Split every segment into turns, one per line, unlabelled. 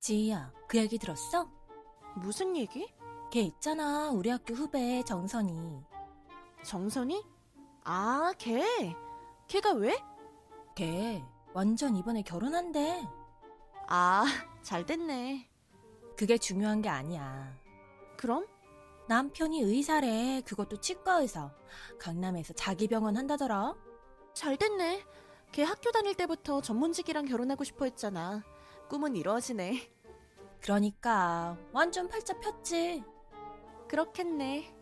지희야, 그 얘기 들었어?
무슨 얘기?
걔 있잖아, 우리 학교 후배 정선이.
정선이? 아, 걔. 걔가 왜?
걔 네, 완전 이번에 결혼한대.
아, 잘 됐네.
그게 중요한 게 아니야.
그럼?
남편이 의사래. 그것도 치과 의사. 강남에서 자기 병원 한다더라.
잘 됐네. 걔 학교 다닐 때부터 전문직이랑 결혼하고 싶어 했잖아. 꿈은 이루어지네.
그러니까 완전 팔자 폈지.
그렇겠네.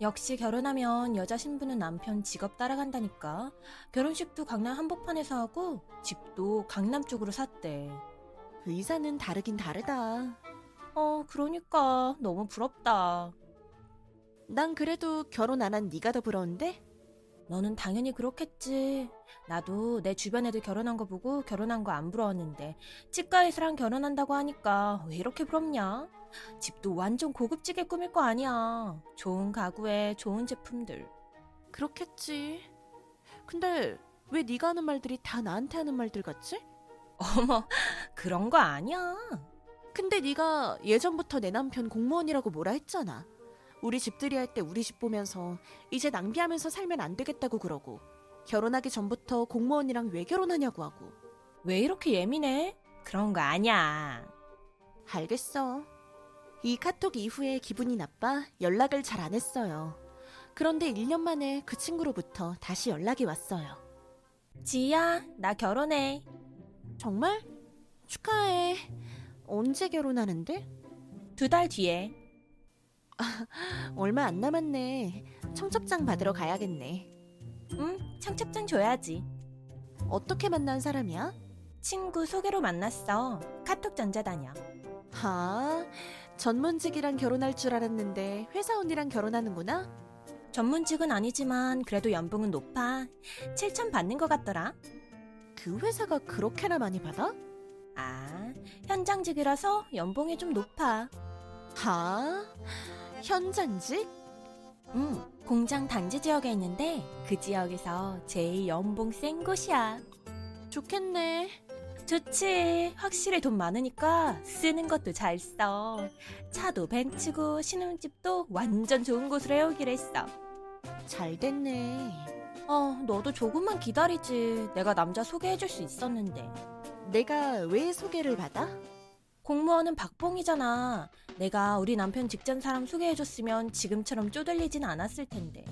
역시 결혼하면 여자 신부는 남편 직업 따라간다니까. 결혼식도 강남 한복판에서 하고 집도 강남 쪽으로 샀대.
의사는 다르긴 다르다.
어, 그러니까 너무 부럽다.
난 그래도 결혼 안 한 네가 더 부러운데?
너는 당연히 그렇겠지. 나도 내 주변 애들 결혼한 거 보고 결혼한 거 안 부러웠는데 치과 의사랑 결혼한다고 하니까 왜 이렇게 부럽냐? 집도 완전 고급지게 꾸밀 거 아니야. 좋은 가구에 좋은 제품들.
그렇겠지. 근데 왜 네가 하는 말들이 다 나한테 하는 말들 같지?
어머, 그런 거 아니야.
근데 네가 예전부터 내 남편 공무원이라고 뭐라 했잖아. 우리 집들이 할 때 우리 집 보면서 이제 낭비하면서 살면 안 되겠다고 그러고 결혼하기 전부터 공무원이랑 왜 결혼하냐고 하고
왜 이렇게 예민해? 그런 거 아니야.
알겠어. 이 카톡 이후에 기분이 나빠 연락을 잘 안 했어요. 그런데 1년 만에 그 친구로부터 다시 연락이 왔어요.
지희야, 나 결혼해.
정말? 축하해. 언제 결혼하는데?
두 달 뒤에.
얼마 안 남았네. 청첩장 받으러 가야겠네.
응, 청첩장 줘야지.
어떻게 만난 사람이야?
친구 소개로 만났어. 카톡 전자 다녀.
아, 전문직이랑 결혼할 줄 알았는데 회사 언니랑 결혼하는구나?
전문직은 아니지만 그래도 연봉은 높아. 7천 받는 것 같더라.
그 회사가 그렇게나 많이 받아?
아, 현장직이라서 연봉이 좀 높아.
아, 현장직?
응, 공장 단지 지역에 있는데 그 지역에서 제일 연봉 센 곳이야.
좋겠네.
좋지. 확실히 돈 많으니까 쓰는 것도 잘 써. 차도 벤츠고 신혼집도 완전 좋은 곳으로 해오기로 했어.
잘 됐네.
어, 너도 조금만 기다리지. 내가 남자 소개해줄 수 있었는데.
내가 왜 소개를 받아?
공무원은 박봉이잖아. 내가 우리 남편 직전 사람 소개해줬으면 지금처럼 쪼들리진 않았을 텐데.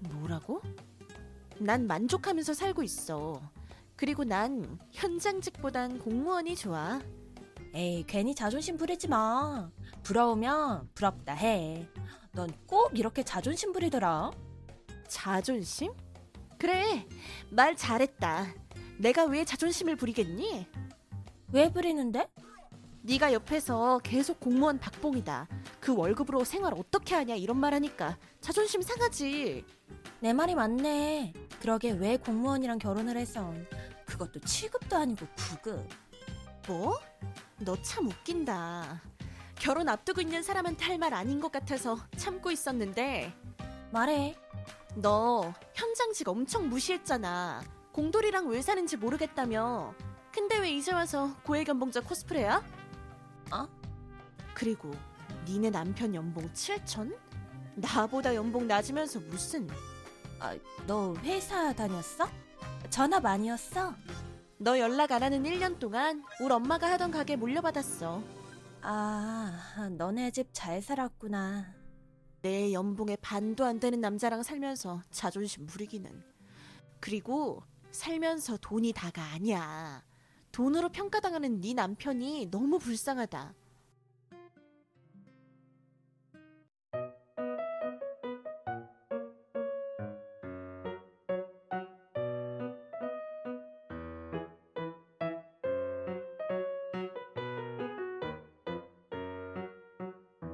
뭐라고? 난 만족하면서 살고 있어. 그리고 난 현장직보단 공무원이 좋아.
에이, 괜히 자존심 부리지 마. 부러우면 부럽다 해. 넌 꼭 이렇게 자존심 부리더라.
자존심? 그래, 말 잘했다. 내가 왜 자존심을 부리겠니?
왜 부리는데?
네가 옆에서 계속 공무원 박봉이다. 그 월급으로 생활 어떻게 하냐 이런 말 하니까 자존심 상하지.
내 말이 맞네. 그러게 왜 공무원이랑 결혼을 해서. 그것도 7급도 아니고 9급.
뭐? 너 참 웃긴다. 결혼 앞두고 있는 사람한테 할 말 아닌 것 같아서 참고 있었는데
말해.
너 현장직 엄청 무시했잖아. 공돌이랑 왜 사는지 모르겠다며. 근데 왜 이제 와서 고액연봉자 코스프레야?
어?
그리고 니네 남편 연봉 7천? 나보다 연봉 낮으면서 무슨
너 회사 다녔어? 전화 많이 왔어?
너 연락 안 하는 1년 동안 우리 엄마가 하던 가게 물려받았어.
아, 너네 집 잘 살았구나.
내 연봉의 반도 안 되는 남자랑 살면서 자존심 무리기는. 그리고 살면서 돈이 다가 아니야. 돈으로 평가당하는 네 남편이 너무 불쌍하다.